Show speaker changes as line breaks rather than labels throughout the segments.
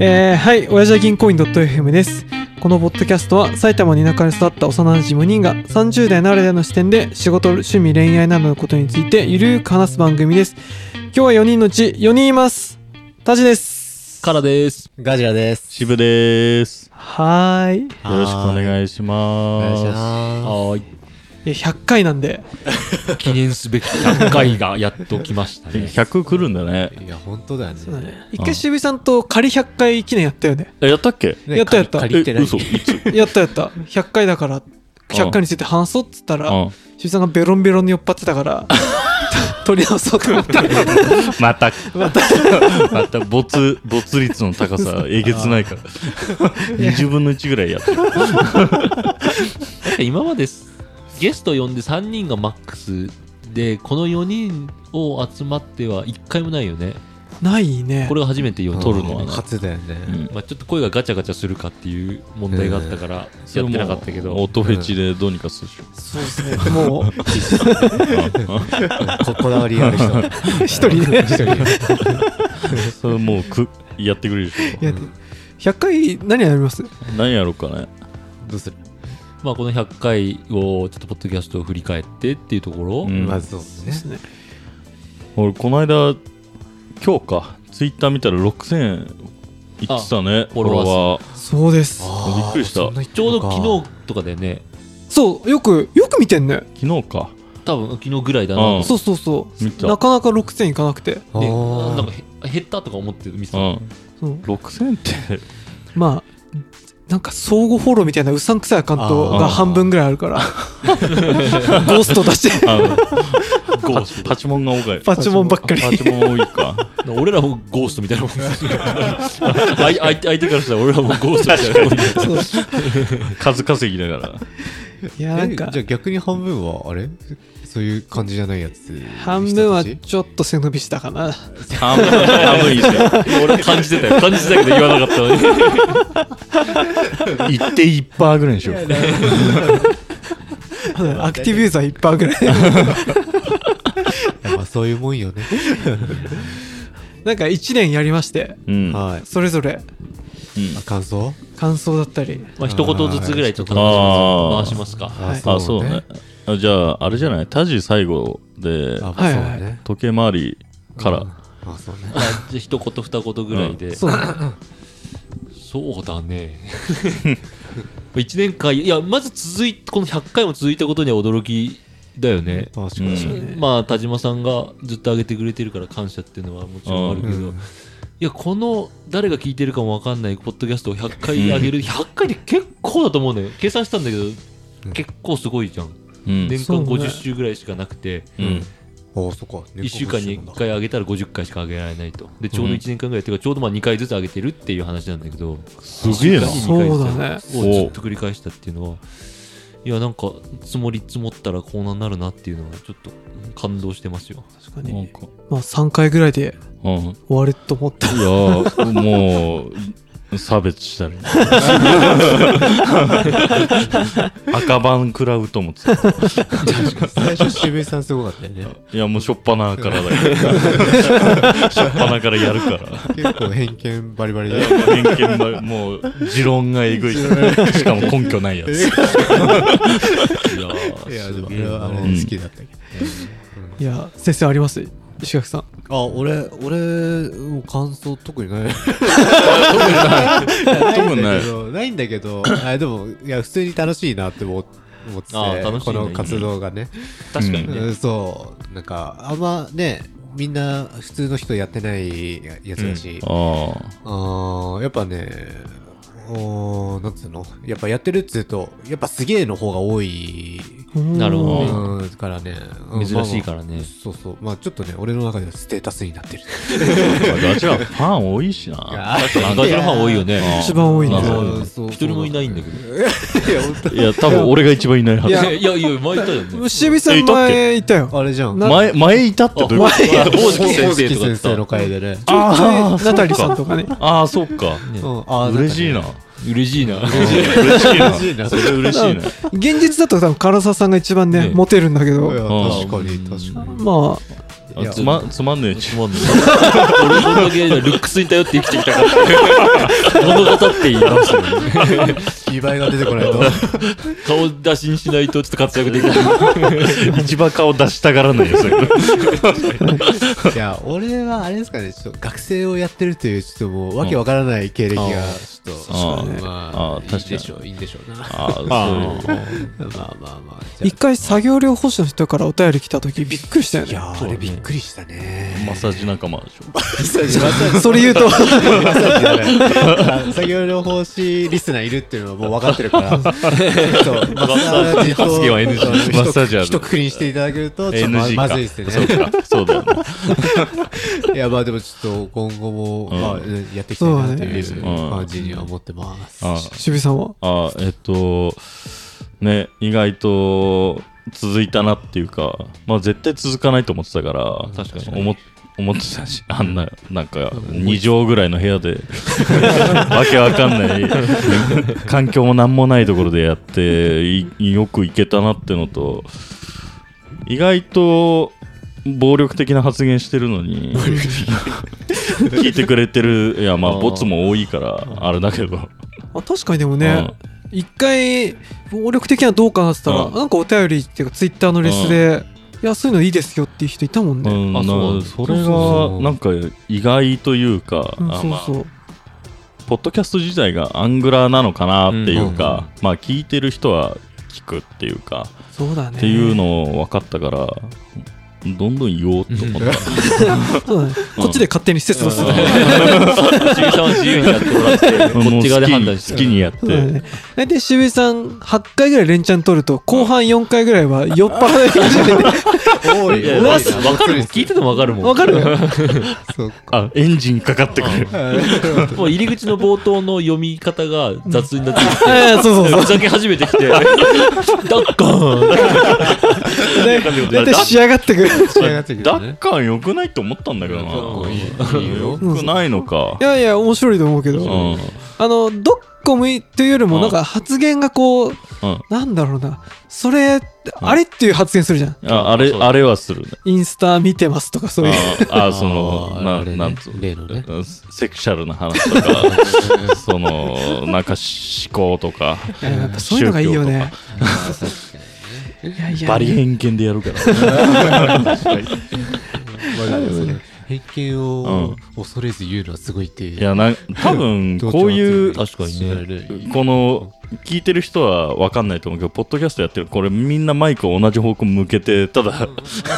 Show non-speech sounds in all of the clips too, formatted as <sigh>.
えー、はい、親父は銀行員 .fm です。このポッドキャストは埼玉に田舎に育った幼馴染5人が30代ならではの視点で仕事、趣味、恋愛などのことについてゆるーく話す番組です。今日は4人のうち4人います。タジです。
カラです。
ガジラです。
渋でーす。
はーい。い
よろしくお願いし
お願
ま
いし
す。
ま
はい。
や、100回なんで。
記念すべき100回がやっと来ました <laughs> ね。
100来るんだね。
す。いや、本当だよ
そうだね
ね。
一回渋井さんと仮100回記念やったよね。
えやったっけ
ね
やったやった
借りてない。
嘘。いつ
やったやった。100回だから、100回について話そうっつったら、
うん
渋井さんがベロンベロンに酔っ払ってた
<laughs>
から、取り直そうと思って。
また、また、また、没、没率の高さ、えげつないから。20分の1ぐらいやってる。
なんか今まですゲスト呼んで3人がマックスで、この4人を集まっては1回もないよね。
ないね。
これが初めてよ撮るのはね。
初だよ
う
ね。
ん
まあ、ちょっと声がガチャガチャするかっていう問題があったから、やってなかったけ
もう
ど、
音フェチでどうにかするでしょ。
そうですね。もう、
<laughs> ここだわりある人。
一人
<laughs>
で。
一人
それもう、く、やってくれるでし
いやで100回何やります
ょ。何やろうかね。
どうする
まあ、この100回をちょっとポッドキャストを振り返ってっていうところ、
うん
まずそうです
で
ね。
すね。
俺、この間、今日か、ツイッター見たら6000いってたね、
フ
フ
ォ
ォ
ロ
ロ
ワー
ワー。
そうです。
びっくりした
そんな
ちょう
言ってた
ど
のか
昨日とかだよね、
そう、よく、よく見てんね。
昨日か。
多分昨日ぐらいだな、
うん
そうそうそ
見
う。
た
なかなか6000いかなくて。
あ
で
ー
なんかへ減ったとか思って見て
う
た、
ん。
そう
6000って、
まあ、なんか相互フォローみたいなうさんくさいアカウント
あ
が
ー
半分ぐらいあるから。ゴースト出
<laughs>
して、
あの、ゴースト。パチモンが多い。
パチモンばっかり。
パチモン多いか。
俺らもゴーストみたいなもんあい相手相手からしたら俺らもゴーストみたいなもん
そう
数稼ぎだから。
いや、な
え
ん
じゃ
か
あ、逆に半分は、あれそういう感じじゃないやつ。
半分は
人たち
ちょっと背伸びしたかな。
半分、半分いいですよ。 <laughs>
俺感じてたよ感じてたけど言わなかったのに
行って1パーぐらいにしよう。
アクティブユーザー1%ぐらい。
やっぱそういうもんよね。
なんか1年やりまして、
うん。あ
はい。
それぞれ
あ感想
感想だったり。
まあ一言ずつぐらいちょっと
あー
回しますか
はい
あ、そうね。。あじゃあ、あれじゃないタジ最後で、
あ、そう
はいはい
ね。
時計回りから。
あ、そうね。
まあじゃあ一言二言ぐらいで、
そうね。
そうだね <laughs> 一年間いやまず続いこの100回も続いたことには驚きだよね
確か
う
に。
ん。
まあ田島さんがずっと上げてくれてるから感謝っていうのはもちろんあるけど、
うん
いやこの誰が聞いてるかもわかんないポッドキャストを100回上げる、100回で結構だと思うのよ計算したんだけど、
ん
結構すごいじゃん
うん。
年間
そうね
50週ぐらいしかなくて、
うん。
あ、そっか。
1週間に1回上げたら50回しか上げられないとでちょうど
うん
1年間ぐらいっていうかちょうどまあ2回ずつ上げてるっていう話なんだけど
すげえな。
そうだね
をずっと繰り返したっていうのはいやなんか積もり積もったらこうなんなるなっていうのはちょっと感動してますよ
確か
なん
に。
か。
まあ3回ぐらいで
うん。い
終わると思った。
やー、もう、差別したり。赤番食らうと思ってた。
最初渋井さんすごかったよね
いや、もうしょっぱなからだけど。しょっぱなからやるから。
結構偏見バリバリで
偏見ばもう持論がえぐいしかも根拠ないやつ
いやー
いやでも
す
俺
げえ
はあれ
な
好きだったけ
いや、先生あります石垣さん。
どあ俺俺も感想特にない
特にない
ないんだけどあでもいや普通に楽しいなって思思ってて
あ楽しい
こ
ね
の活動がね
確かに
う
ね
んそうなんかあんまねみんな普通の人やってないややつだし、
あ
あーやっぱね、おーなんつうのやっぱやってるっつうと、やっぱすげえの方が多い。
なるほど
う
ね
ん、からね。うん
珍しいからね
まあまあそうそう。まあちょっとね、俺の中ではステータスになってる。
あガチャファン多いしな
あガジラファン多いよね
一番多いね
あ。そう
うんそう
一人もいないんだけど
いや、本
いや多分俺が一番いないはいず
や
いやいや前いたよね
石垣さ
え
ん
いたっけ
前いたよ。
当あれじゃん。
な
前前いたってどういうこと
あ大月
大
先生
月
とか言
先
ってた
生の回でね。
ああ
ナタリさんとかね。
ああそっか
うんあー
嬉しいな
嬉しいな
嬉しいな
嬉しいな
それ嬉しいな
現実だと多分唐沢さんが一番ね、
ね
モテるんだけ
な
ど
んかねいや
あー
確かに、確かに。
まあ
あつまつまんねえ
つまんない俺こんだけルックスに頼って生きてきたから物語って言いますよね
2倍が出てこ
<laughs>
ないと。
顔出しにしないとちょっと活躍できない
一番顔出したがらないよそれ
いや、俺はあれですかね、ちょっと学生をやってるという、ちょっともう、わけわからない経歴が、ちょっと、
あー
ま
あー確か
いいで
に
しょう、いいんでしょうな。ま
ああそう
あまあまあ。じゃあ
一回作業療法士の人からお便り来た時びっくりしたよ
い
ね
やー、あれびっくりしたね。
マッサージ仲間でしょ
マッサージ、マッサージ
それ言うと
マ
<laughs>
ッサージじゃないあの作業療法士リスナーいるっていうのはもう分かってる <laughs> から、そうマッサージと
発言は NG
そう
マッサージは
ひとくくりにしていただけると、ちょっとま
NG か
まずいですね。
そうかそうだよね <laughs>
いや、まあでもちょっと今後も、
ん
まあ、やっていきたいなと
そう
いう
だね
感じには思ってます。
あ
渋井さんは
あえっとね意外と続いたなっていうかまあ絶対続かないと思ってたから
確かに
思っ思ってた
<laughs>
しあんななんか2畳ぐらいの部屋で <laughs> わけわかんない環境も何もないところでやっていよく行けたなってのと意外と暴力的な発言してるのに <laughs> 聞いてくれてるいやまあ
あー
ボツも多いからあれだけど
あ確かにでもね一回暴力的などうかなって言ったら
うん
なんかお便りっていうかツイッターのレスでいやそういうのいいですよっていう人いたもん
う
ね
ん、
あそう
なそれ
そうそ
が
う
なんか意外というか、
うん
あ
そ
ま
う
あ
そう
ポッドキャスト自体がアングラーなのかなっていうか、まあ聞いてる人は聞くっていうか、
そうだね
っていうのを分かったからどんどん言おうと思った、
そうだねこっちで勝手に施設をする
杉さんは自由にやってもらっ
<laughs>
て
もう
こっち側で判断し
好
て
きにやって、
そうだね大体渋井さん8回ぐらい連チャン取ると後半4回ぐらいは酔っ払い始めて
多い
いや
多
わ
いな
分かるもん聞いてても分かるもん
わかる
そう
あエンジンかかってくる、
もう入り口の冒頭の読み方が雑になってき
いやいやそうそう
て
そう
ふざけ始めてきてダッカーン
大体大体仕上がってくる
仕上がってくる
ダ
ね
ッカーン良くないって思ったんだけどな
ダッカーンいい
良
よ
くないのか
いやいや面白いと思うけど、
うんうん
あのどっこもいいというよりも
うん
なんか発言がこうなんだろうなそれあれっていう発言するじゃん
ああれあれはするね
インスタ見てますとかそういう
ああその
あ
な
れね
なんつう
例のね
セクシャルな話
<laughs>
とかそのなんか思考とか
いややっぱそういうのがいいよねいやいや
バリ偏見でやるから
<laughs>
偏見を恐れず言うのはすごいっていう
いやな多分こういう
確かにね
この聞いてる人は分かんないと思うけどポッドキャストやってるこれみんなマイクを同じ方向向けてただ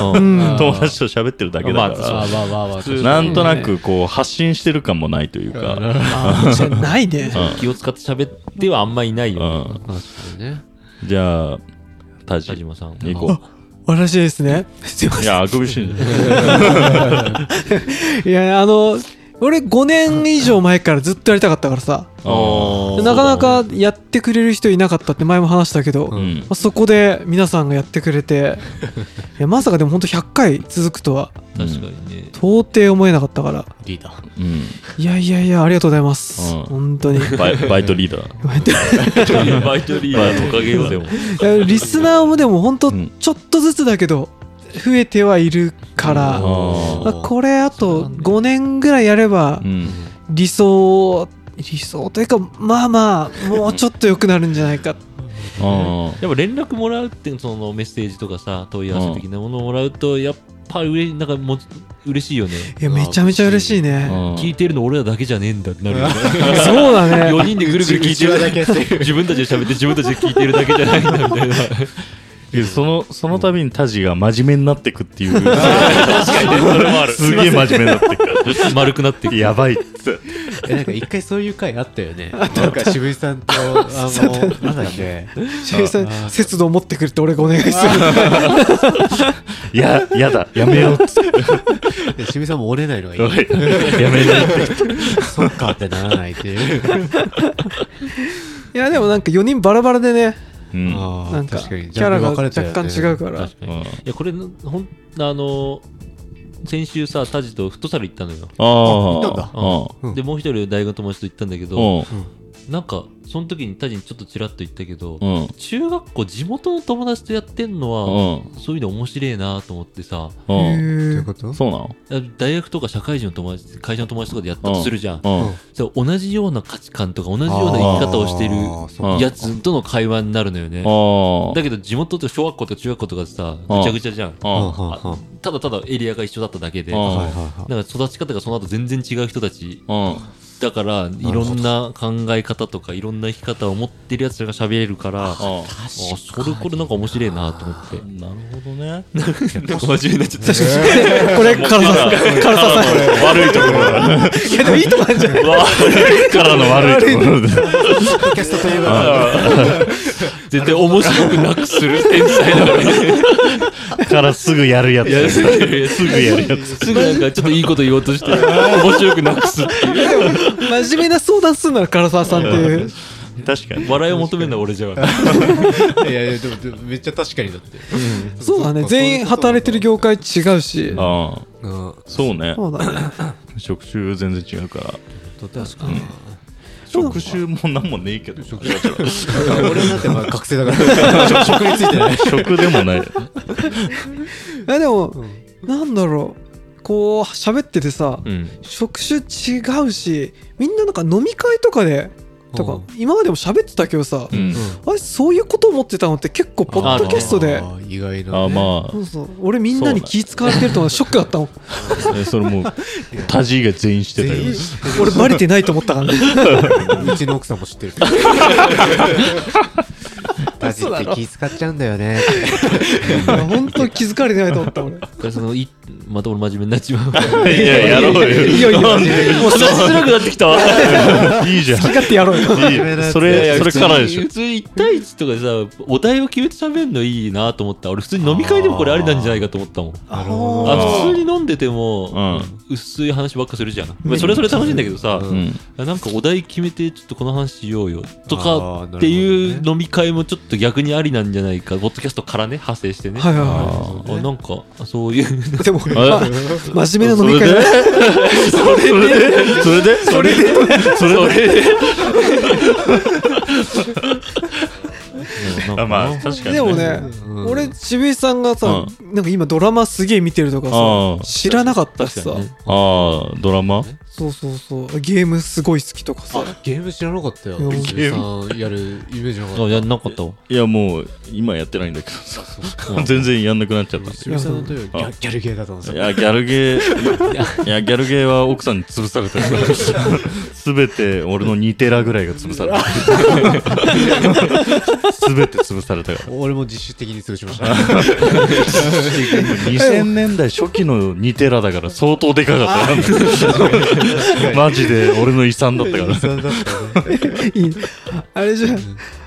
うん
<laughs> 友達と喋ってるだけだ
ま
か
あまあまあまあ
らなんとなくこう発信してる感もないというか
あじゃないね
気を使って喋ってはあんまいないう
ん
よ
確かにね
じゃあタ
田
ジ
島さん
行こ
私ですねすいま
うい
せ
やあくびしいね
んいやあの俺5年以上前からずっとやりたかったからさ
あ
なかなかやってくれる人いなかったって前も話したけど、
う
ま
ん
あ、そこで皆さんがやってくれていやまさかでも本当100回続くとは
確かにね
到底思えなかったから
リーダー
うん
いやいやいやありがとうございます、
うん
本当にい
バイ <laughs> バイトリーダー。
バイトリーダーのおかげよでも
やリスナーもでも本当
うん
ちょっとずつだけど増えてはいるから、
あ
まあ
ー
これあと5年ぐらいやれば
うん。
理想理想というかまあまあもうちょっと良くなるんじゃないか
あ
でも連絡もらうってそのメッセージとかさ問い合わせ的なものをもらうとやっぱうれなんかもう嬉しいよね
いやめちゃめちゃ嬉しいね、
あ。
聞いてるの俺らだけじゃねえんだってなるよね
<laughs> そうだね
4人でぐるぐる聞いて
うちわだけやって
る自分たちで喋って自分たちで聞いてるだけじゃないんだみ <laughs> たいな
でその、その度にタジが真面目になってくって <laughs> いう。確かに、それもある。すげえ真面目になって
丸くなって
く。
く
やばいっつって。
<laughs> えなんか一回そういう回あったよねなんか渋井さんとあのなんだっけ
シェイさん節度を持ってくるって俺がお願いする
いや、やだ、やめろっつって。
で渋井さんも折れないのがいい
やめろって。
そっかってならないっていう
いやでもなんか4人バラバラでね
うん。
な
なん
かキャラが若干違うから
確かにいやこれほんあの先週さタジとフットサル行ったのよ
あ
あいたんだう
あ。
ん
でもう一人大学の友達と行ったんだけ
う
ど
ん。
なんかその時にタジにちょっとちらっと言ったけど、
うん。
中学校地元の友達とやってんの
う
は、
ん。
そういうの面白いなと思ってさ
うん。
どう
へ
い
<laughs>
う
ー
こと
そうなの
大学とか社会人の友達会社の友達とかでやったとするじゃん、
うん。
そう同じような価値観とか同じような生き方をしてる
あーそう
やつとの会話になるのよね、
あ
だけど地元と小学校とか中学校とかでさぐちゃぐちゃじゃん、
あ。うん。
は
あただただエリアが一緒だっただけで、
うん
はいはい
だ
は
から育ち方がその後全然違う人たち
うん。
だからいろんな考え方とかいろんな生き方を持ってるやつらが喋れるからあ
あ
それこれなんか面白いなと思って
なるほどね。
なんか真面目になっちゃった
これ、カラさん。 <laughs> カラさん。
悪いところだ。
いや、でもいいとこあるじゃん。
悪いからの悪いところだ。
い。ポッドキャストといえば、
絶対面白くなくする天才だからね
からすぐやるやつ。すぐやるやつ。
すぐなんかちょっといいこと言おうとして面白くなくすっていう
真面目な相談すんなら唐沢さんっていう
確かに。
笑いを求めるのは俺じゃん
いやいやでもでもめっちゃ確かにだって、
そうだね全員働いてる業界違うし
ああ。
うん
そうね。
そうだね
職種全然違うから。
確かに
職種もなんもねえけど。職
俺なんてまあ学生だか
<laughs>
ら職についてない
でもない。
いやでもなんだろうこう喋っててさ
うん
職種違うしみんななんか飲み会とかでと
う
か
ん
今までも喋ってたけどさ
うん。
あれそういうこと思ってたのって結構ポッドキャストで
あー意外な、ね、
あま
そうそう俺みんなに気使われてると思うショックだったもん
あ、えそれもう、タジ以外全員してた
全員
よ。
知
俺バレてないと思ったからね
ってるうちの奥さんも知っ
<laughs>
てるタジって気使っちゃうんだよね
いや本当に気づかれてないと思った俺
だからそのいまた俺真面目になっちまう
いや、やろうよ。
いやいや
なんで
話しづらくなってき
<laughs>
た
いいじゃん。
気がってやろうよ
いいよそれ、それからでしょ
普。通に1対1とかさお題を決めて喋るのいいなと思った俺普通に飲み会でもこれありなんじゃないかと思ったもん
あ
あ
の
普通に飲んでて
う
も、
ん。
薄い話ばっかするじゃん、まあ、それはそれ楽しいんだけどさ、
う
うん。
なんかお題決めてちょっとこの話しようよと
あーなる
か
ほどね
っていう飲み会もちょっと逆にありなんじゃないかポッドキャストからね派生してね、
はいはいはい
あーなんかそういう
でも、
あ
まあ真面目な飲み会 <laughs> だ
それでそれでそれでそれで
なんか
あまあ確かに
でもね、
うん
俺渋井さんがさ、なんか今ドラマすげえ見てるとか
あ
さ
あ
知らなかったし
確
さ、
かにね
ああドラマ
そうそうそうゲームすごい好きとかさ
ゲーム知らなかったよ
いや
ゲームさんやるイメージなか
あ
った
いやなかったわ
いやもう今やってないんだけどさ全然やんなくなっちゃった
吉見さんのとよりギャギャルゲーだと思うんで
い
すよ
やギャルゲーいやギャルゲーは奥さんに潰されたすべて俺の2テラぐらいが潰されたすべて潰されたから
俺も自主的に潰しました
2000年代初期の2テラだから相当でかかったマジで俺の遺産だったから
<laughs> そうだったね
いいあれじゃん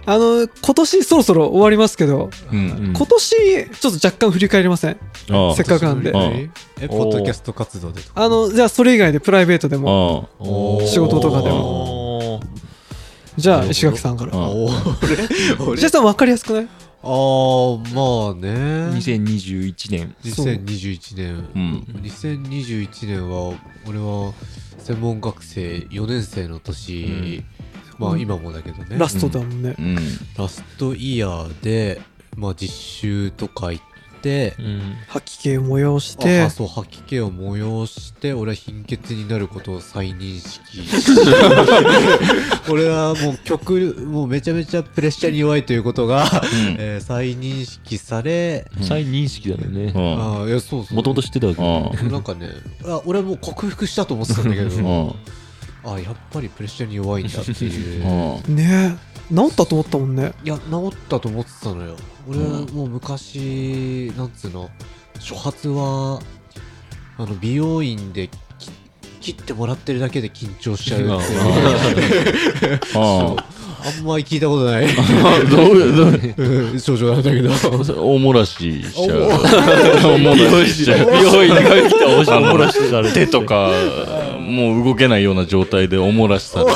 あの今年そろそろ終わりますけど、
うん
今年ちょっと若干振り返りません
ああ
せっかくなんで
あ
えポッドキャスト活動で
あのじゃあそれ以外でプライベートでも
ああ
おー
仕事とかで
も
じゃあ石垣さんから
あ
お俺俺
石垣さん分かりやすくない
<laughs> あーまあね
2021年
そう
2021年、
うん
2021年は俺は専門学生4年生の年、まあ今もだけどね
ラストだもんね
う、ん
ラストイヤーで、まあ、実習とか行って、
うん
吐き気催し
あ
て
あそう吐き気を催して俺は貧血になることを再認識俺はもう極力もうめちゃめちゃプレッシャーに弱いということが、えー再認識され、
再認識だよね
うん
ああいやそうそう
もともと知ってたわけ
うん
なんかねあ俺はもう克服したと思ってたんだけ
う
ど
ん
あやっぱりプレッシャーに弱いんだっていう
う
い
ん
ね治ったと思ったもんね
や治ったと思ってたのよ俺はもう昔なんつうの初発はあの美容院でき切ってもらってるだけで緊張しちゃうっていう
あ
あんまり聞いたことない
あどういうどういう
うん症状なんだけど
大漏らししちゃう。大漏らししちゃう。
美容院に帰ってきたらおし
あの
漏らしされて
手とか、もう動けないような状態でお漏らしされる。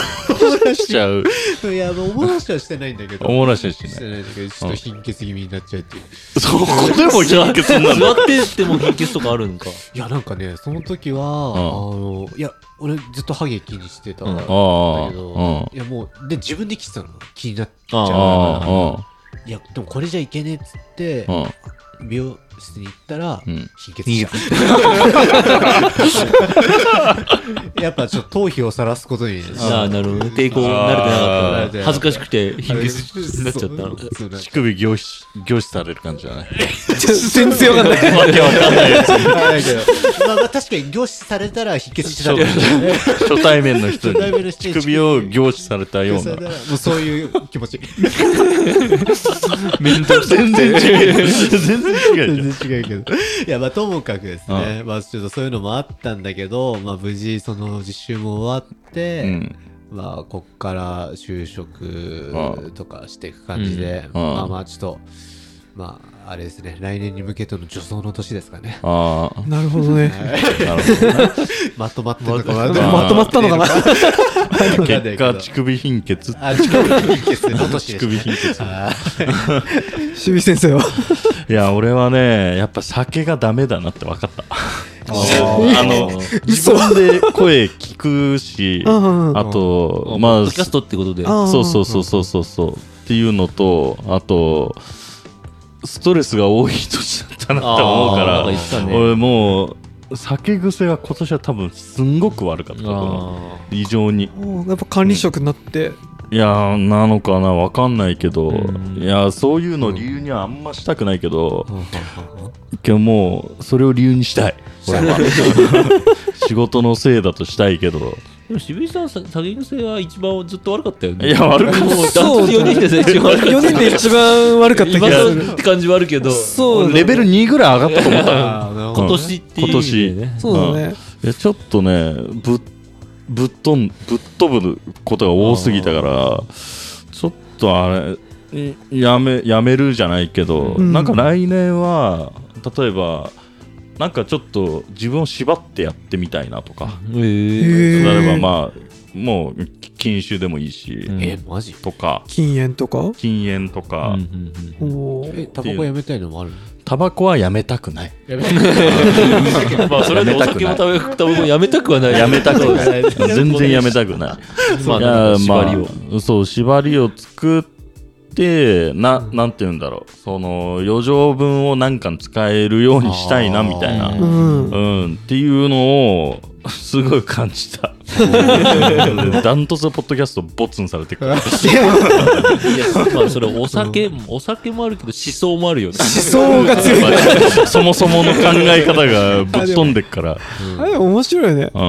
出しちゃう。
いや、もう、おもらしはしてないんだけど。
おもらしはし
して
ない。
ないんだけど、ちょっと貧血気味になっちゃうっていう。
そこでも貧血になる
座ってても貧血とかあるんか。
いや、なんかね、その時は、あの、いや、俺ずっとハゲ気にしてたんだけ
ああ、
ど、いや、もう、で、自分で切ってたの。気になっち
あ
ゃう。
あ、
いや、でもこれじゃいけねえっつって
う、ん、
美容室に行ったら、
うん。
貧血しちゃう。やっぱちょっと頭皮を晒すことに。
ああ、なるほどね。抵抗慣れてなかったんだ。恥ずかしくて貧血になっちゃったの。
そう
乳首凝視、凝視される感じじゃない
<laughs> 全然わかんない。
わけわかんないやつ。
だけどまあまあ確かに凝視されたら貧血しちゃうからね。
初対面の人に
初対面の人
乳
に
首を凝視されたよう
そ
な
れな。らもうそういう気持ち。
面倒全然違う。全然違うじ
全然違うけど。いや、まあともかくですね、まあちょっとそういうのもあったんだけど、まあ無事その実習も終わっ
ゃん。う
て、
ん。
まあこっから就職とかしていく感じで、
うん
まあまあちょっと、まああれですね、来年に向けての助走の年ですかね。 <laughs>
ああ、
<laughs> なるほどね。
なるほどね。
ま <laughs> とまってるのか
ま
な
とまったのかな。
結果、乳首貧血。
あ、乳首貧血の年です
乳首貧血。 <laughs>
あー
渋井先 <laughs> 生は。
いや、俺はね、やっぱ酒がダメだなって分かった。
ー
あの、自分で声聞くし、
うんうんうん
あと、
まあ、
まあ
ポッドキ、ャストってことで。
あー
そうそうそうそうそうそうっていうのとあとストレスが多い年だったなって思うか
あーなんから言ってたね
俺もう酒癖が今年は多分すんごく悪かったと思う
あ
異常に
おーやっぱ管理職になって。
いやーなのかなわかんないけど、
うん
いやーそういうの理由にはあんましたくないけど、けどもうそれを理由
<laughs>
にしたい俺は仕事のせいだとしたいけど
ーでも渋井さん、さ酒癖は一番ずっと悪かったよね。
いや悪かった
もうダントツ4人で最初悪かった。
4人で一番悪かった気
今
がす
の
る
って感じはあるけど、
そう
レベル2ぐらい上がったと
<laughs>
思った
あーなるほど
今年っていう意味でね。
そうだね
いやちょっとねぶっぶっ飛んぶっ飛ぶことが多すぎたからちょっとあれいやめやめるじゃないけど、
うん
なんか来年は例えばなんかちょっと自分を縛ってやってみたいなとか、
へえ。
へー
例えばまあもう禁酒でもいいし、
うん
え、マジ
とか
禁煙とか
禁煙とか、
うんうんうん
おー
え、タバコやめたいのもあるの
タバコはやめたく <laughs> ない
やめたい。
まあ、それでお酒も食べ食べやめたくはない。
やめたく
そう
な
です
い全然やめたくない
まあ、
いやー
縛りを。
まあ、そう縛りを作ってななんて言うんだろうその余剰分を何かに使えるようにしたいな
あー
みたいな、
う
う
うんっていうのをすごい感じたダントツのポッドキャストボツンされてくる
いやまあ、それお酒、お酒もあるけど、思想もあるよね。
思想が強い
まあ <laughs> そもそもの考え方がぶっ飛んでっから、
あれ面白いね
う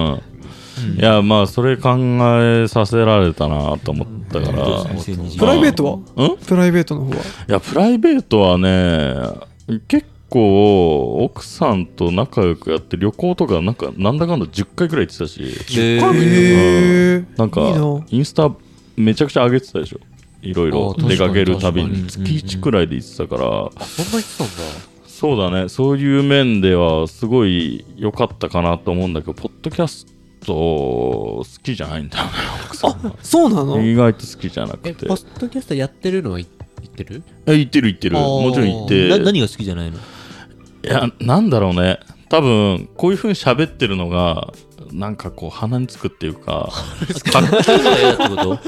ん、いやまあそれ考えさせられたなと思ったから、
プライベートは
うん
プライベートの方はい
やプライベートはね結構奥さんと仲良くやって旅行とかなんかなんだかんだ10回くらい行ってたし
で
へえ
なんか
いいな
インスタめちゃくちゃ上げてたでしょいろいろ
あー
出かけるたびに
確か
月
に
1くらいで行ってたから
そんな言ってたんだ。
そうだねそういう面ではすごい良かったかなと思うんだけどポッドキャスト好きじゃないんだよね奥さん
そうな
が
の
意外と好きじゃなく
え、
て
ポッドキャストやってるのは言ってる
え行ってる行ってる
あー
もちろん行っ
な
て
何が好きじゃない <laughs>
い
の
や、なんだろうね。多分、こういう風に喋ってるのが、なんかこう、鼻につくっていう
<laughs>
か、かっ
それが嫌だってこと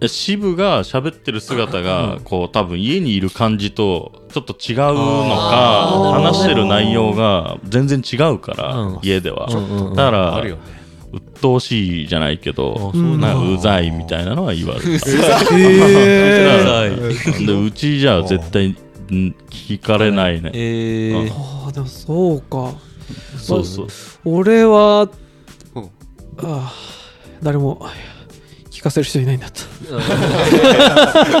えシブが喋ってる姿が、こう、多分家にいる感じと、ちょっと違うのか
あー、
話してる内容が全然違うから、
うん
家では。
うんうんうん
だから、
あるよね。
鬱陶しいじゃないけど、
あ
うん
なんかうざいみたいなのは言われる。
へえ
だからでうちじゃ絶対、ん聞かれないね。
えー
あーでもそうか
そうそう。
俺は
うん
あー誰も聞かせる人いないんだった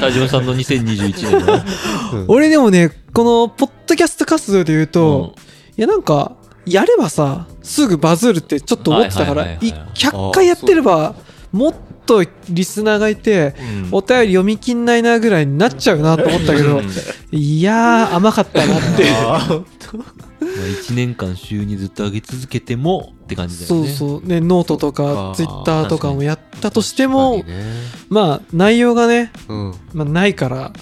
田島さんの2021年の
<laughs>
俺でもねこのポッドキャスト活動で言うと、いやなんかやればさすぐバズるってちょっと思ってたか
はい
らい
はいはいはい
100回やってればもっとリスナーがいてお便り読みきんないなぐらいになっちゃうなと思ったけどいやー甘かったなって
1年間週にずっと上げ続けてもって感じだよ
そう
ねう
そうねノートと
そ
か
っか
ツイッターとかもやったたとしても、
確かにね
まあ内容がね、
うん、
まあ、ないから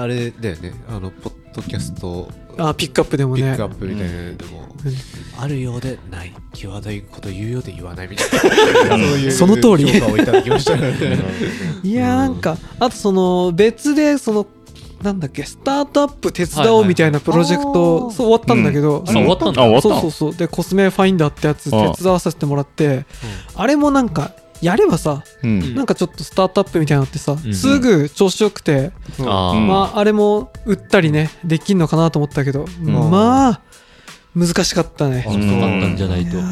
あれだよねあのポッドキャスト
あピックアップでも
ピッ
ね
クアップみたいなのでも、あるようでない際どいこと言うようで言わないみたいないう
その通り
評価をいただきましたね
<laughs> いやーなんかあとその別でそのなんだっけスタートアップ手伝おうみたいなプロジェクト、
あー
そう終わったんだけど、
あ終わったんだ
あ、終わった
そうそうそうでコスメファインダーってやつ手
ああ
伝わさせてもらってあれもなんかやればさ
うん
うん
なんかちょっとスタートアップみたいなのってさ、
うん
すぐ調子よくて、
あ
うん
ー
まああれも売ったりねできんのかなと思ったけど、
ん
まあ難しかったね
あそうだったんじゃない
い
と
や。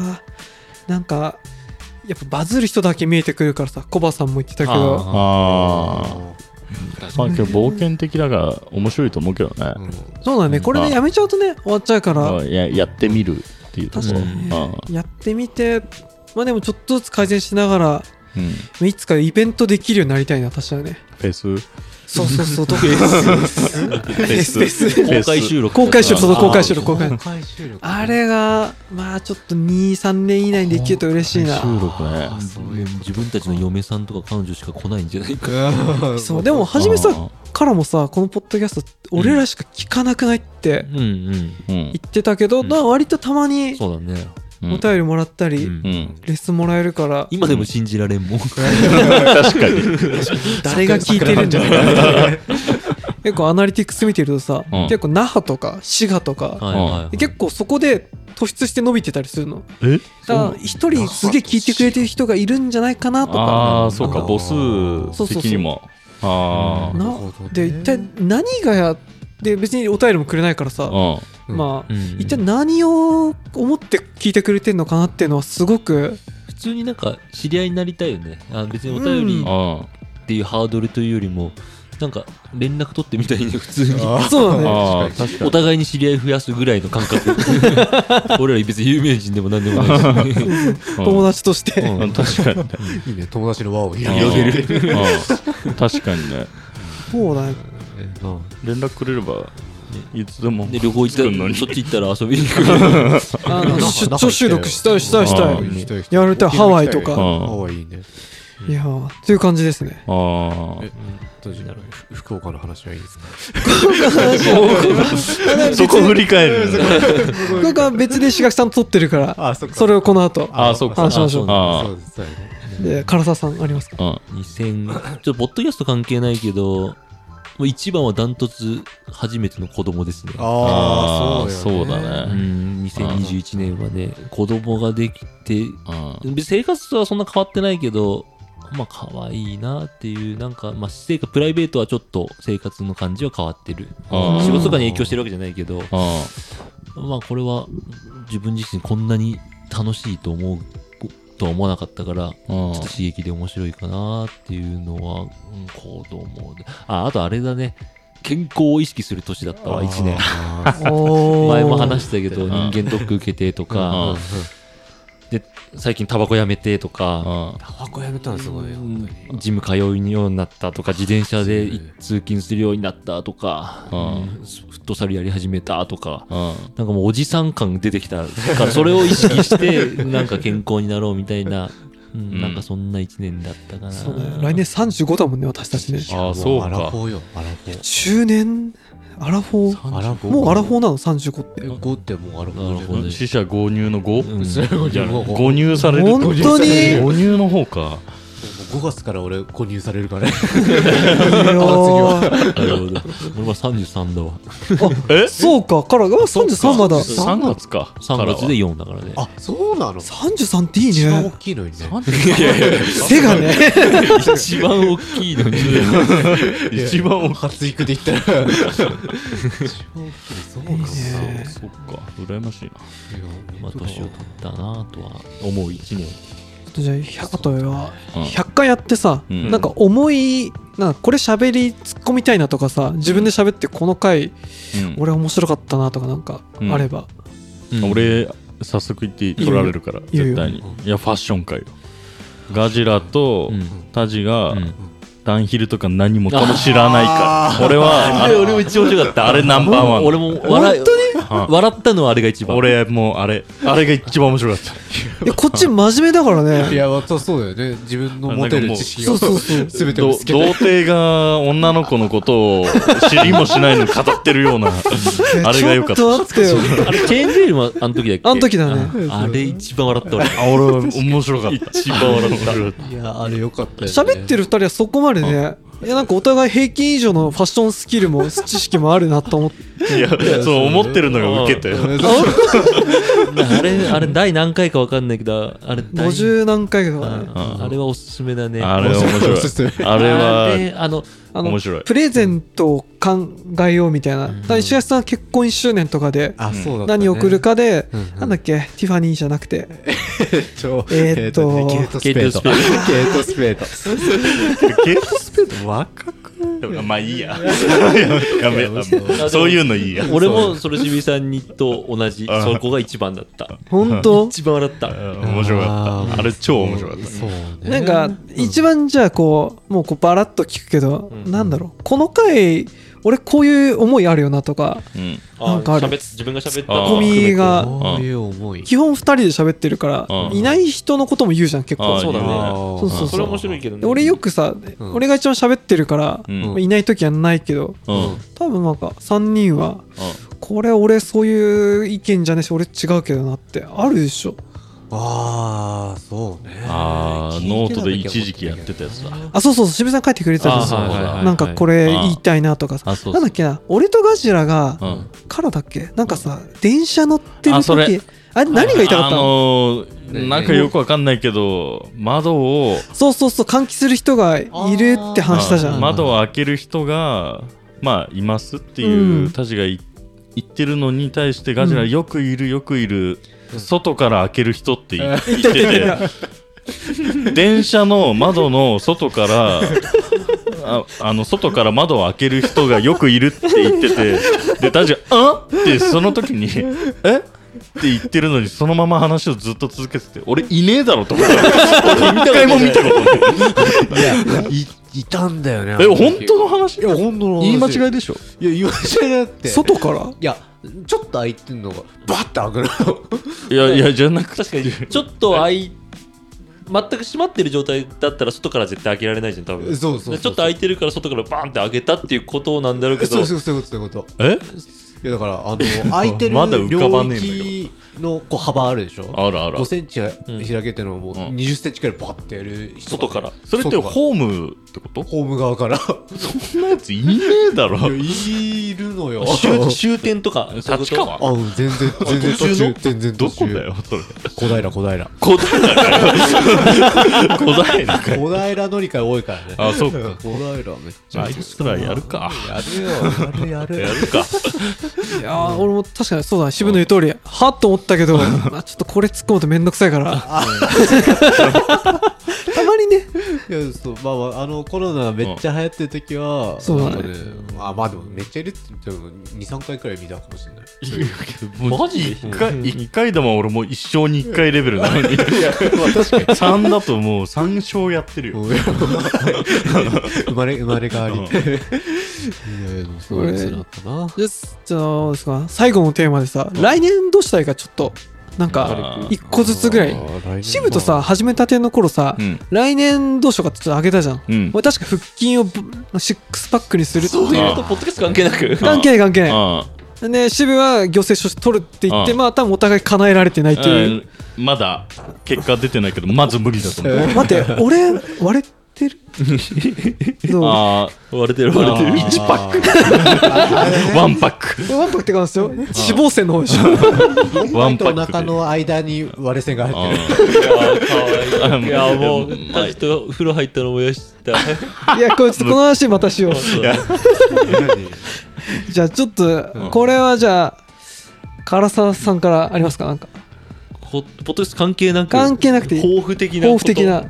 ーなんかやっぱバズる人だけ見えてくるからさコバさんも言ってたけど
あ
ああ。まあ、
確
けど冒険的だが面白いと思うけどね。
かに
そうだねこれでやめちゃうとね終わっちゃうから
あややってみるっていうとこ
確
ろ
か。
うん
にやってみてまあでもちょっとずつ改善しながら
うん
いつかイベントできるようになりたいな確かにね
フェス
そうそうそうどこか
フェス
公開収録。
公開収録そう公開収録公開
公開収録
あれがまあちょっと23年以内にできると嬉しいな
収録ね
あそう
で
いう
も自分たちの嫁さんとか彼女しか来ないんじゃないか。
そうでも初めさからもさこのポッドキャスト俺らしか聞かなくないって
うんうん。
うん
言ってたけど、
うん
まあ割とたまに
そうだね。
お
うん
便りもらったり、
うん
うん
レッスンもらえるから
今でも信じられんもん。
確かに
誰が聞いてるんだろう結構アナリティクス見てるとさ、
うん
結構那覇とか滋賀とか、
はいはいはい
で結構そこで突出して伸びてたりするの
え
だから一人すげえ聞いてくれてる人がいるんじゃないかなとか
ああそうか母数的にもあ
な
なるほどね
で一体何がやで別にお便りもくれないからさ、
あ
うん
まあ、
うん
一体何を思って聞いてくれてるのかなっていうのはすごく
普通になんか知り合いになりたいよね。あ別にお便
う
り
ん
あ
っていうハードルというよりも、なんか連絡取ってみたいね、普通に。
そうだね
あ確か
お
に
互いに知り合い増やすぐらいの
<laughs>
感覚。俺ら別に有名人でも何でもな
<laughs>
いし。
友達として、
うん
うん確かにね
<laughs> いいね友達の輪を広
広
げる
げる確かにね
そうだね
連絡くれればいつでも
で旅行行った
作るの
ら、
に
そっち行ったら遊びに行く。
あの
なんか
出張収録したいしたいした
う
い
ん
行きたい行きたい
やりたいハワイとか
うんハワイいいね
いやーっていう感じですね
あ
えどうしようふ福岡の話はいいですか
あ <laughs> そこ振り
<laughs>
返るんだ
僕は別で志垣さんと撮ってるから
あそっか
それをこの後
あそうか
話しま
<laughs>
しょう
あ
そうですそうです
で唐沢さんあり
<laughs>
ますか
うん
2000、ちょっとポッドキャスト関係ないけど、もう一番はダントツ初めての子供ですね。
ああそう
あーそう
だ
だ
う
ね
ね
ん、2021年はね、子供ができ
う
て、
ん
別に生活とはそんな変わってないけど、まあ可愛いなっていう、なんか、まあ私生活、プライベートはちょっと生活の感じは変わってる。
あー
仕事とかに影響してるわけじゃないけど、
あ
まあこれは自分自身こんなに楽しいと思うとは思わなかったから、
あ
ちょっと刺激で面白いかなっていうのは、うん、行動もああとあれだね健康を意識する年だったわ1年
あ
おー
前も話したけど
ん
人間ドック受けてと
うん
かで最近タバコやめてとか
あ
タバコやめたんですごい本当に
ジム通うようになったとか自転車で
うん
通勤するようになったとか
うん
うんフットサルやり始めたとか
あ
なんかもうおじさん感出てきたからそれを意識してなんか健康になろうみたい <laughs> な、うん
うん
なんかそんな1年だったかな。
そうね来年35だもんね私たちね
あそう
アラ
か
フォーよアラフォー
中年アラフォー
アラフォー
もうアラフォーなの35って
え5ってもうアラフォーじゃ
アラフォー
ない
死者購入の5、
うん
じゃあ
もうもう
誤入されるってこと
本当に
誤入の方か
5月から俺購入され
<laughs>
るからね <laughs>
あ
なるほど。俺は33だわ。
え
そうかからあ33まだ
3月か
3月で4だからね。
あそうなの
33っていい
一番大
ね
きいのにね
背がね
一番大きいのに。
一番大きい
発育で言ったら一番大きいそうなんだ
ね
そっか羨ましいない
や
ま
本
あ、
当だ
年を取ったなとは思う1年。
じゃあ100あとは
うん
100回やってさ、
うん
なんか思いなんかこれ喋り突っ込みたいなとかさ自分で喋ってこの回
うん
俺面白かったなとかなんか
うん
あれば、
俺早速言っていい
いいよ
取られるから
いいよ
絶対にいやファッション界よガジラと
うん
タジが
うん
ダンヒルとか何もかも知らないから俺はあれ
も一応面白かった
あれナンバーワン
俺も笑い、
は
笑ったのはあれが一番。
俺もうあれあれが一番面白かった
いやこっち真面目だから
い
ね
や、またそうだよね。自分の持てる知識
そう
を
そうそう
全て
ど
をつけて。
童貞が女の子のことを知りもしないのに語ってるようなあれが良かっ
ち
た
ょっとあったよ
あれ、チェーンジェールもあの時だっけ
あの時だね
ああれ一番笑った俺。
あ俺面白かった一番笑った
いや、あれよかったよ、ね。
喋ってる二人はそこまでねいやなんかお互い平均以上のファッションスキルも知識もあるなと思って
いやそう思ってるのがウケたよ
うん
あれ、あれ、第何回かわかんないけど、あれ、第
50何回かがね
ああれはおすすめだね。
あれは
面
面
白い
白いあれ
あ
は
れあの、
あの
面白い
プレゼントを考えようみたいな、だから石橋さん結婚1周年とかで
あ、そうだった、ね。
何送るかで、
うんうん
なんだっけティファニーじゃなくて
と
えーっと
ゲートスペード。ゲ
ゲ
ートスペー
ゲートスペード若くないまあいいややめやめそういうのいいや
俺もそれしみさんにと同じ、
あ
そこが一番だった。
本当
一番笑った。
面白かっ
あー
たあれ超面白かっ
ド。
た
そう
な
ね。
んか一番じゃあこうもうこうバラッと聞くけど、
うん
なんだろうこの回俺こういう思いあるよなとか
うん
なんかある
喋っ自分が喋った
あ
込みが
こういう思い。
基本2人で喋ってるから
うん
いない人のことも言うじゃん結
あ
構
ー
そうだね
いい
そうそうそう
それは面白いけど
で
ね。
俺よくさ、
うん
俺が一番喋ってるから、
うん
まあいない時はないけど
うんうん
多分なんか3人はこれ俺そういう意見じゃねえし俺違うけどなってあるでしょ
ああ、そうね。
ああノートで一時期やってたやつだ
あそうそうそう渋谷さん書いてくれてた
あ
じゃん
はいはいはいはい
なんかこれ言いたいなとかさ
あそう
なんだっけな俺とガジラが
うん
からだっけなんかさ電車乗ってる
あそ
時
れ
あれ何が言いたかった
あ
の
のーなんかよくわかんないけど窓を
そうそうそう換気する人がいるって話したじゃ
うんん窓を開ける人がまあいますっていうたちがい言ってるのに対してガジラ
うん
よくいるよくいる外から開ける人って言言って
いやい
て
や
<laughs> 電車の窓の外から <laughs> ああの外から窓を開ける人がよくいるって言っててでタジが「あってその時に「えって言ってるのにそのまま話をずっと続けてて俺いねえだろと思った俺一回も見たことない
いや、い、いたんだよね。あ
え
の時
本当の話
いや、本当の話。
言い間違
い。
いでしょ
いや、言い間違いだって。
外から
いや、ちょっと開いてんのが、バッて開くの。
いやいやじゃなくて
確かに、ちょっとあい、全く閉まってる状態だったら外から絶対開けられないじゃん、多分。
そうそうそう
でちょっと開いてるから外からバーンって開けたっていうことなんだろうけど、
そうそうそういうことそういうこと
え
いやだからあの空いてる
<laughs> まだ浮かば
領
ねえんだけど
域のこう幅あるでしょ
あるある
5センチ開けてるのをもう
うん
20センチくらいバッてやる人が
外から。
それって
外から
ホームってことこ
ホーム側から
んなやついねえだろ
いやいるのよ
終終点とか、そういうこと
立川
あうん全然全然途
途中
中
の
全然
ど
途
こ
中
だよそれ
小平小平
<laughs> 古代だよ古代だか
小平乗り換え多いからね
あそう
うん
か
小平めっちゃ
あいつらやるか
やるよやるや
や
る
るか
いやー俺も確かにそうだね渋野言う通りはっと思ったけどまあちょっとこれ突っ込むとめんどくさいから <laughs> たまにね
いやそうまあまああのコロナめっちゃ流行ってる時は
そうだね
なんかあまあでもめっちゃいるって言っても23回くらい見たかもしれない
マジ
一回一回でも俺もう一生に一回レベルなのに
確かに
3だともう3勝やってるよ
生まれ生まれ変わり
うん
いやでもすごいつらったな
じゃあじゃあどうですか最後のテーマでさ来年どうしたいかちょっとなん
あ
か
ー
一個ずつぐらいシブとさ始めたての頃さ、
うん
来年どうしようかってちょっと上げたじゃん、
うん
俺確か腹筋をぶシックスパックにするって
そう
い
いううこと、ポッドキャスト関係なく。
関係ない関係ない
あ
で渋は行政書士取るって言って
うん
まあ多分お互い叶えられてないって
あ
いう、
まだ結果出てないけどまず無理だと思う
待って俺割れてるそうワ
あ
割れてる割れてる。
1パックワンパック
ンパクって感じですよ脂肪腺の方でしょ
<laughs> ワン
と
パ
お
ックで
腹の間に割れ線が入ってる
あ
いや、かわいい。いや、も
うん
う、タジと風呂入ったの燃やした。
<laughs>
いやこれちょっとこの話またしよう
そうだね
じゃあちょっとこれはじゃあ唐沢さんからありますかなんか
こポッドキャスト関係なく。
関係なくていい
抱負的な。
抱負的。な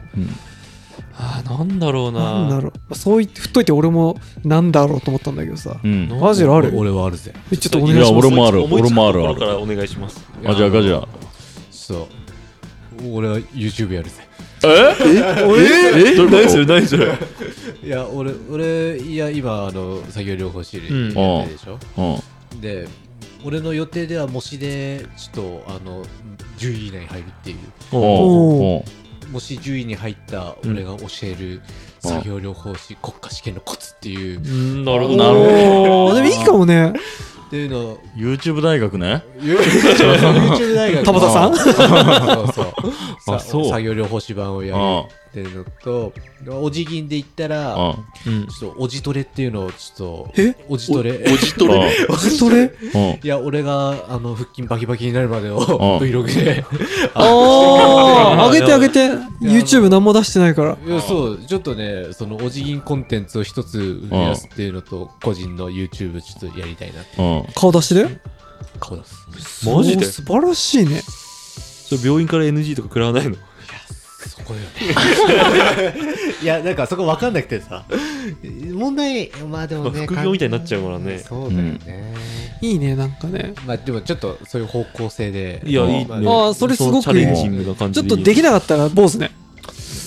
あ、なんだろうな。
なんだろうそう言って振っといて俺もなんだろうと思ったんだけどさ、
うん
マジである
俺はあるぜ
ちょっとお願い
い
し
や
ます
俺もある
思いつく
俺もある
ところからお願いします。
あじゃあガジラ
そう俺は YouTube やるぜ
えええ何それ何それ
いや俺俺いや今あの作業療法士
うん
やってるでしょ
うん
で俺の予定では模試でちょっとあの10位以内に入るっていう
お
おう
模試10位に入った俺が教える作業療法士国家試験のコツっていうっ
うんなるほど
なるほ
あ
ど
でもいいかもね。
ていうのを
YouTube 大学ね
YouTube 大
<laughs>
学
田畑さん
んそうそうそ
あそうう
作業療法士版をやるっていうのとお辞儀で言ったら
あ
うん
ちょっとおじトレっていうのをちょっと
え
おじトレ
おじとれ
あ
おじトレ
うん
いや、俺が、あの、腹筋バキバキになるまでを、 <laughs>
ん
Vlog で。
ああ上げて上げて。YouTube 何も出してないから。
いや、そう、ちょっとね、その、お辞儀コンテンツを一つ増やすっていうのと、個人の YouTube ちょっとやりたいなって
うん
顔出してだよ。
顔出す。
マジで
そう素晴らしいね。
それ病院から NG とか食らわないの
そこよね。いや、なんかそこわかんなくてさ。問題、まあでも
ま
ね。
あ副業みたいになっちゃうからね
そうだよね。
いいね、なんかね。
まあでもちょっと、そういう方向性で。
いやいい
ま
ね
あ
あーそれすごくいい
のチャレンジングな感
ち
じ
ょっとでき
い
なかったら坊主ね。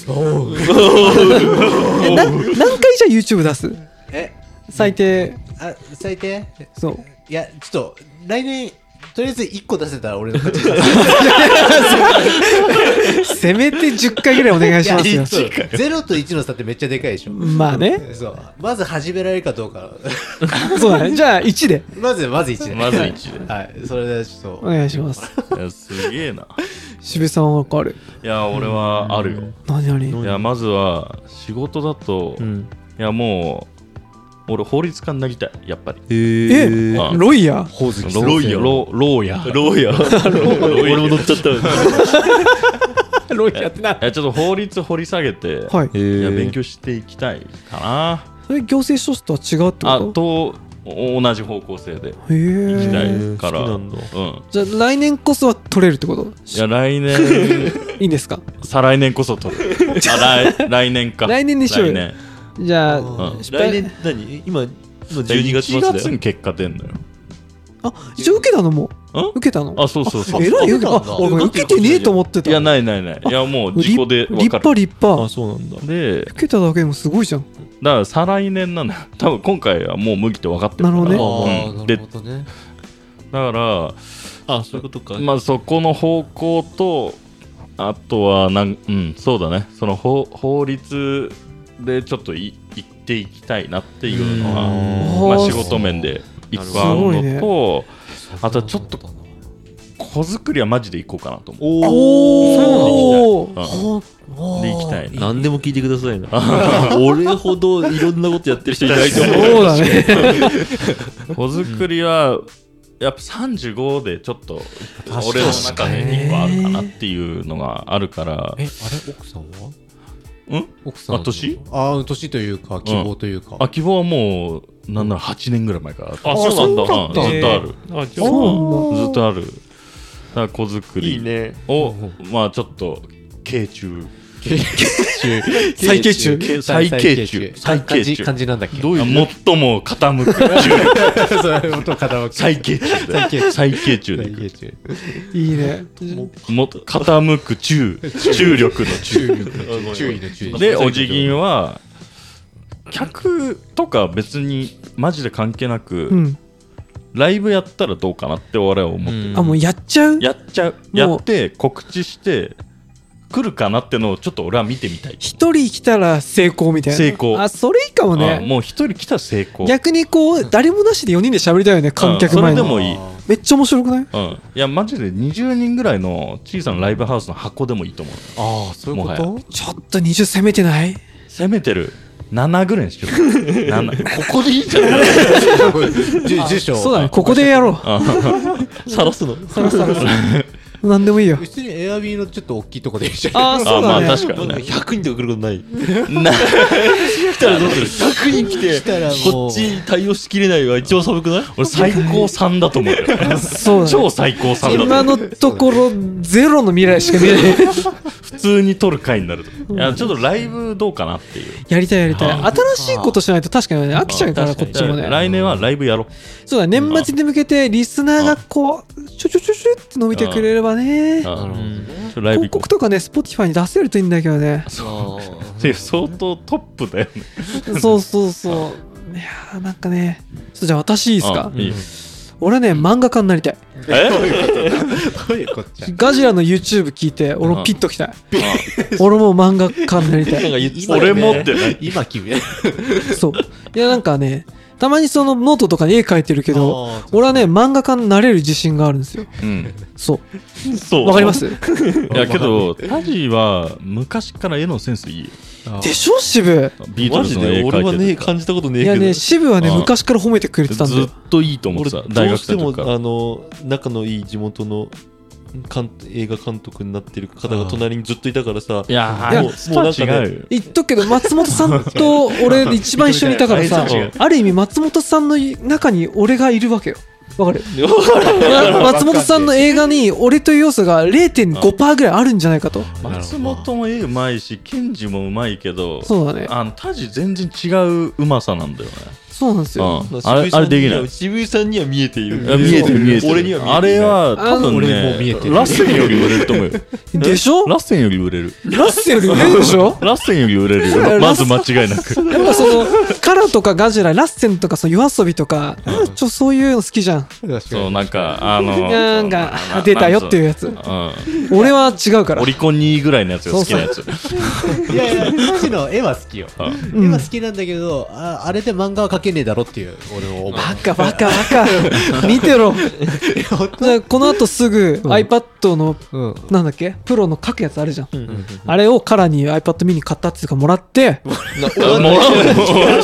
おう
<laughs> え、な何回じゃあ YouTube 出す
え、
最低。
あ、最低
そう。
いや、ちょっと、来年、とりあえず1個出せたら俺の勝ちだ。
せめて10回ぐらいお願いしますよ。
そうゼロと1の差ってめっちゃでかいでしょ。
まあね。
そう。まず始められるかどうか。
そうだね。じゃあ1で
まず、まず1で。
まず一で
はい。それでちょっ
お
と。
願いします。
いやすげえな
渋さんはわかる。
いや俺はあるよ
何々
いやまずは仕事だと、
う
い
ん
やもう俺法律家になりたいやっぱり
え、
あ
ロイヤー
ほおず
ロロイヤロローヤローヤ
俺も乗っちゃった
<laughs> ロイヤーってない
やちょっと法律掘り下げて、
はい。
いや
や
勉強していきたいか
それ行政書士とは違うって
なあ
こと
とお同じ方向性で
へ
行きた
え。
いから、
へー
うん
好きなんだ
<laughs> じゃあ来年こそは取れるってこと
いや来年
<laughs> いいんですか
再来年こそ
<laughs>
取るあ来来年か
来年にしようよ
来年
じゃあ、
うん
失敗
来年何今今12月末だ
1月に
よ
結果出んのよ
あ、一応受けたのもう。
ん
受けたの。
あそうそうそう
えらい受けた。
そうなん
あ、
だ
俺受けてねえと思ってた。
いやないないないいやもう
立
自己で分
立
かる
派立派。
あそうなんだ
で
受けただけでもすごいじゃん。
だから再来年なんだよ多分今回はもう麦って分かってるから
なるほ
あ
う
あ、
ん
な
で
るほどね。
だか、
あそういうことから
まあ、そこの方向とあとはなん、うん、そうだねその法法律でちょっとい行っていきたいなっていうの
う
ん
はまあ、
あー
仕事面で一個あ
すごい
る
ね
のと、あとはちょっと子作りはマジで行こうかなと思
お
おお
う。
ほ
うんで行きたいな
何でも聞いてくださ
<laughs>
いな俺ほどいろんなことやってる人いないと思う
そうだね。
子作りはやっぱ35でちょっと俺の中で2個あるかなっていうのがあるから
え、あれ奥さんは
うん
奥さんは
あ年
ああ、年というか、希望というか。
あ希望はもうなんなら8年ぐらい前からあ
あそうなんだ
そうなんだ
うん
ずっとある
あじゃあ
そう
ずっとあるだから子作
い
り
いね
をまあちょっと慶中 <laughs>
最慶中
慶最慶中
最
最
慶
慶
中。
中
漢字なんだっけ
どういう最も傾く <laughs> 中
<laughs> それ元片脇。
最慶中だよ最慶中で
最慶中。
<laughs> いいね。
も傾く中重力の中
注意の注意。
でお辞儀は客とか別にマジで関係なく、
うん。
ライブやったらどうかなって俺は思ってる、
あ、もうやっちゃう
やっちゃう
う
やって告知して来るかなってのをちょっと俺は見てみたい
一人来たら成功みたいな。
成功
あ、それいいかも
あ
ね。
もう一人来たら成功
逆にこう、誰もなしで4人で喋りたいよね、観客前
うんそれ
に。
でもいい
あ
めっちゃ面白くない
うん、いやマジで20人ぐらいの小さなライブハウスの箱でもいいと思う
あ、そういうこ
も
と
ちょっと20攻めてない
攻めてる7ぐらいにしよ
<laughs>
う7ここでいいんじゃない
住所
そうだね、ここでやろ
さらすの
う。さらさらさら。なんでもいいよ。
普通にエアビーのちょっと大きいとこでいいじゃん
ああ、そうだ
あまあ
ね。
確かにね
100人とか来ることない
な
来たらどうする ?100 人来て
来たらも
こ
う
っちに対応しきれないは一番寒くない
俺最高3だと思うよ
そうだね。
超最高3だと思う
今のところゼロの未来しか見えない
普通に撮る回になるといやちょっとライブどうかなっていう
やりたいやりたい新しいことしないと確かにね飽きちゃうからこっちもね
来年はライブやろう
そうだね年末に向けてリスナーがこうちょちょちょちょって伸びてくれればね
あ
なるほどね
ちょっとライブ
広
行こ
告とかね Spotify に出せるといいんだけどね
<laughs>
うで相当トップだよね
そうそうそういやーなんかねちょっとじゃあ私いいですか
いい
俺はね漫画家になりたい
え
どう
<laughs>
いうことどういうこっちゃ
ガジラの YouTube 聞いて俺もピッときたい
あ
俺も漫画家になりたい
が言ってた
俺もってね
今決める
<laughs> そういやなんかねたまにそのノートとかに絵描いてるけど
あー
俺はね漫画家になれる自信があるんですよ
うん
そ
そうう
わかります
いやけどタジは昔から絵のセンスいいよ
でしょ渋
ビート
マ
ル
ジ
ズの
で
絵
俺は
描い
ね
てた
感じたことねえ
い
けど
やね渋はね
あー
昔から褒めてくれてたんだ
ず
よ
っといいと思っ
俺
てた
ど
大
う
学
して
生
も
とか
あの仲のいい地元の監映画監督になってる方が隣にずっといたからさ
いや
いや
もうもうなんか違うよ
言っとくけど松本さんと俺で一番一緒にいたからさ
認めない
ある意味松本さんの中に俺がいるわけよわかる松本さんの映画に俺という要素が0.5%ぐらいあるんじゃないかと
松本も絵うまいしケンジもうまいけど
そうだね
あのタジ全然違ううまさなんだよね
そうなんですよ
うんあれあれできない
渋井さんには見えている
いや見えてる見えてる
俺には見えてない
あれは多分
あの俺も見え
ね
てる
ラッセンより売れると思うよ
でしょ
ラッセンより売れる
ラッセより売れるでしょ
ラッセンより売れる
や
<laughs> よまず間違いなく
やっぱそのカラとかガジララッセンとかその夜遊びとかちょそういうの好きじゃん
確
<laughs> そうなん
<laughs>
かあの
なんかあ <laughs> 出たよっていうやつ
う
俺は違うか
ん
ら
オリコン2位ぐらいのやつが好きなやつ
いやいやマジの絵は好きよ
う
う
ん
ん
絵は好きなんだけどああれで漫画は描けねえだろっていう俺を思う
バカバカバ <laughs> カ見てろじゃあこの後すぐ iPad の
うん <laughs>
なんだっけプロの書くやつあるじゃん、あれをカラに iPad ミニ買ったっていうかもらって
あもう
ち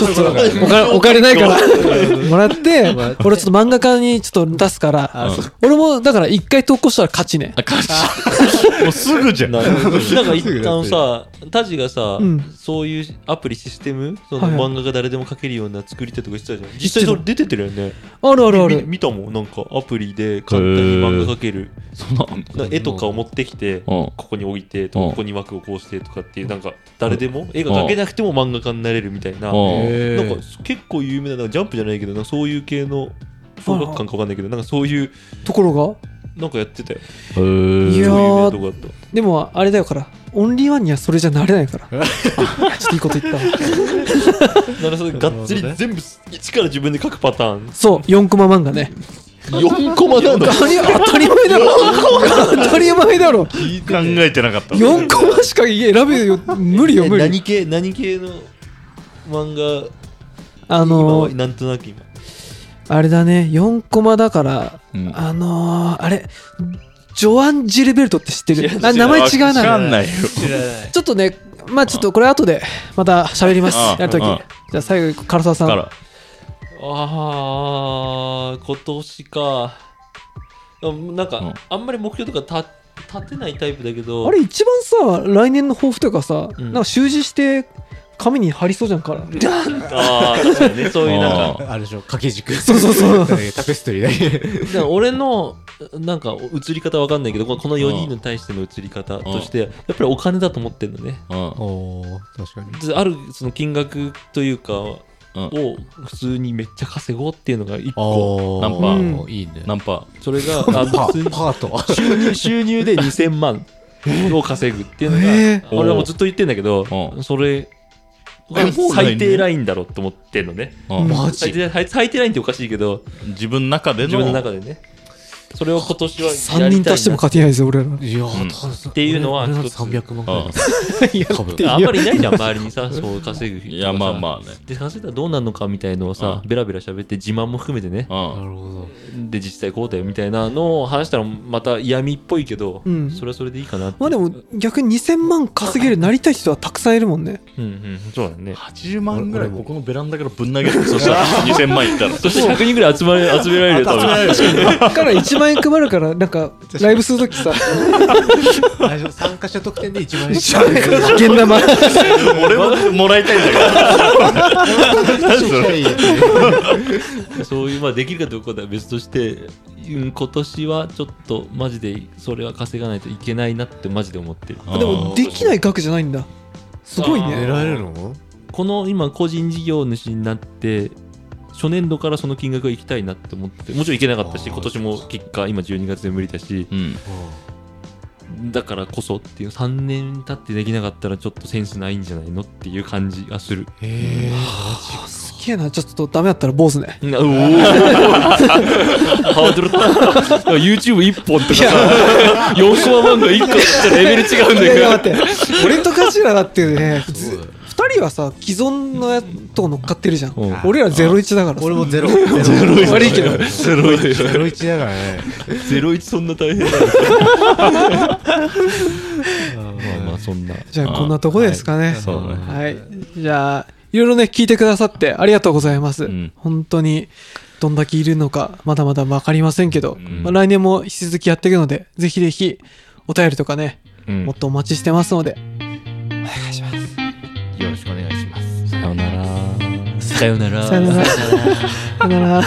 ょっとお金お金ないから <laughs> もらって俺ちょっと漫画家にちょっと出すから
うん
俺もだから一回投稿したら勝ちね
あかもうすぐじゃん
な
う
る
<laughs>
ほどなんか
すぐ
一
だって
旦さタジがさ、
うん
そういうアプリシステムその
はいはい
漫画が誰でも描けるような作り手とかしてたじゃん実際それ出ててるよね
あるあるあ
み
る
見たもんなんかアプリで簡単に漫画描け
ん
るなんか絵とかを持ってきて、
うん
ここに置いてとか
うん
ここに枠をこうしてとかっていうなんか誰でも絵が描けなくても漫画家になれるみたいな
うん
へ
なん
ー
か結構有名ななんかジャンプじゃないけどなんかそういう系の小学館かわかんないけどなんかそういう
ところ
なんかやってたよそ
へー
いや
ういう
ー
イベントがあった
がでもあれだよからオンリーワンにはそれじゃなれないから <laughs> あちょっといいこと言ったわ
なるほどがっつり
なるほ
全部一から自分で書くパターン
そう4コマ漫画ね
4コマなの
当たり当たり前だろ当たり前だろ
考えてなかった
4コマしか選べるよ無理よ
え
無理
何系何系の
あ
漫画今
の
は
ー
なんとなく今
あれだね4コマだから
うん
あのー、あれジョアン・ジルベルトって知って
いや
る
知
あ
ら
名前違う
わかん
な
ないよ
ちょっとねまあちょっとこれ後でまた喋ります
ああ
やるときじ
ああ
ゃあ最後唐沢さん
から
あー今年かあなんか、
うん
あんまり目標とかた立てないタイプだけど
あれ一番さ来年の抱負というかさ、
うん
なんか習字して紙に貼りそうじゃんから
あー確かにね <laughs> そういうなんか
あ
あれでしょ掛け軸
そうそうそう
<laughs> タペストリーだけ
<laughs> だから俺のなんか映り方わかんないけどこのこの4人に対しての映り方としてやっぱりお金だと思ってるのね
うん
おー確かに
であるその金額というかを
うん
普通にめっちゃ稼ごうっていうのが1個
お
ナン
パ
ーいいね
ナンパ
それ <laughs> が
パ
あの普通
ー
に
パート
収入収入で2000万を稼ぐっていうのが、
え
ー
俺はもうずっと言ってんだけど、
うん
それ
えもうないね
最低ラインだろうと思ってんのね
うん
マ
最低最最低ラインっておかしいけど
自分の中で
自
の
分の中でねそれを今年は
3
やり
人
たいな
足しても勝てないですよ俺ら
いや
うん
っ
っていうのは一つ
300万ぐらい多分
あんまりいないじゃん周りにさそう稼ぐ人
いやまあまあね
あで稼いだらどうなるのかみたいのをさ
う
ベラベラ喋って自慢も含めてね
うん
なるほど
で実際こうだよみたいなのを話したらまた嫌味っぽいけど、
うん
それはそれでいいかなって
まあでも逆に2000万稼げるなりたい人はたくさんいるもんね
うんうんそうだね
80万ぐらいここのベランダからぶん投
<laughs>
げるそしたら2000万いったら
<laughs> そして100人ぐらい集まれ集められるよ多分
から1万円配るからなんかライブするときさ
最初参加者特典で1万
<laughs>
円
現
<laughs>
玉
俺ももらいたいんだ
<laughs>
そういうまあできるかどうかは別としてうん今年はちょっとマジでそれは稼がないといけないなってマジで思ってる
けど
でもできない額じゃないんだすごい
あ
ね
ー
狙えるの
この今個人事業主になって初年度からその金額が行きたいなって思っててもちろん行けなかったし
あー
今年も結果今12月で無理だし
うん
だからこそっていう3年経ってできなかったらちょっとセンスないんじゃないのっていう感じが
<laughs>
する
へえ
あすげえなちょっとダメだったら坊主ね
なうおー <laughs> ハードル高い YouTube 一本とかさ4コマ漫画1個じゃレベル違うん
い
だ
やいや
け
待って俺と頭だってね普通2人はさ既存のやつと乗っかってるじゃん
うん
俺ら01だからさ
俺もゼロ <laughs> ゼロ
悪いけど
ど
ゼ
01
ロ一だからね
01そんな大変だまあまあそんな
じゃあこんなとこですかね
そうね
はいじゃあいろいろね聞いてくださってありがとうございます、
うん
本当にどんだけいるのかまだまだ分かりませんけど、
ん
まあ、来年も引き続きやっていくのでぜひぜひお便りとかね
うん
もっとお待ちしてますので、
よろしくお願いします
さよなら。
さ
さ
よなら
よならさよなら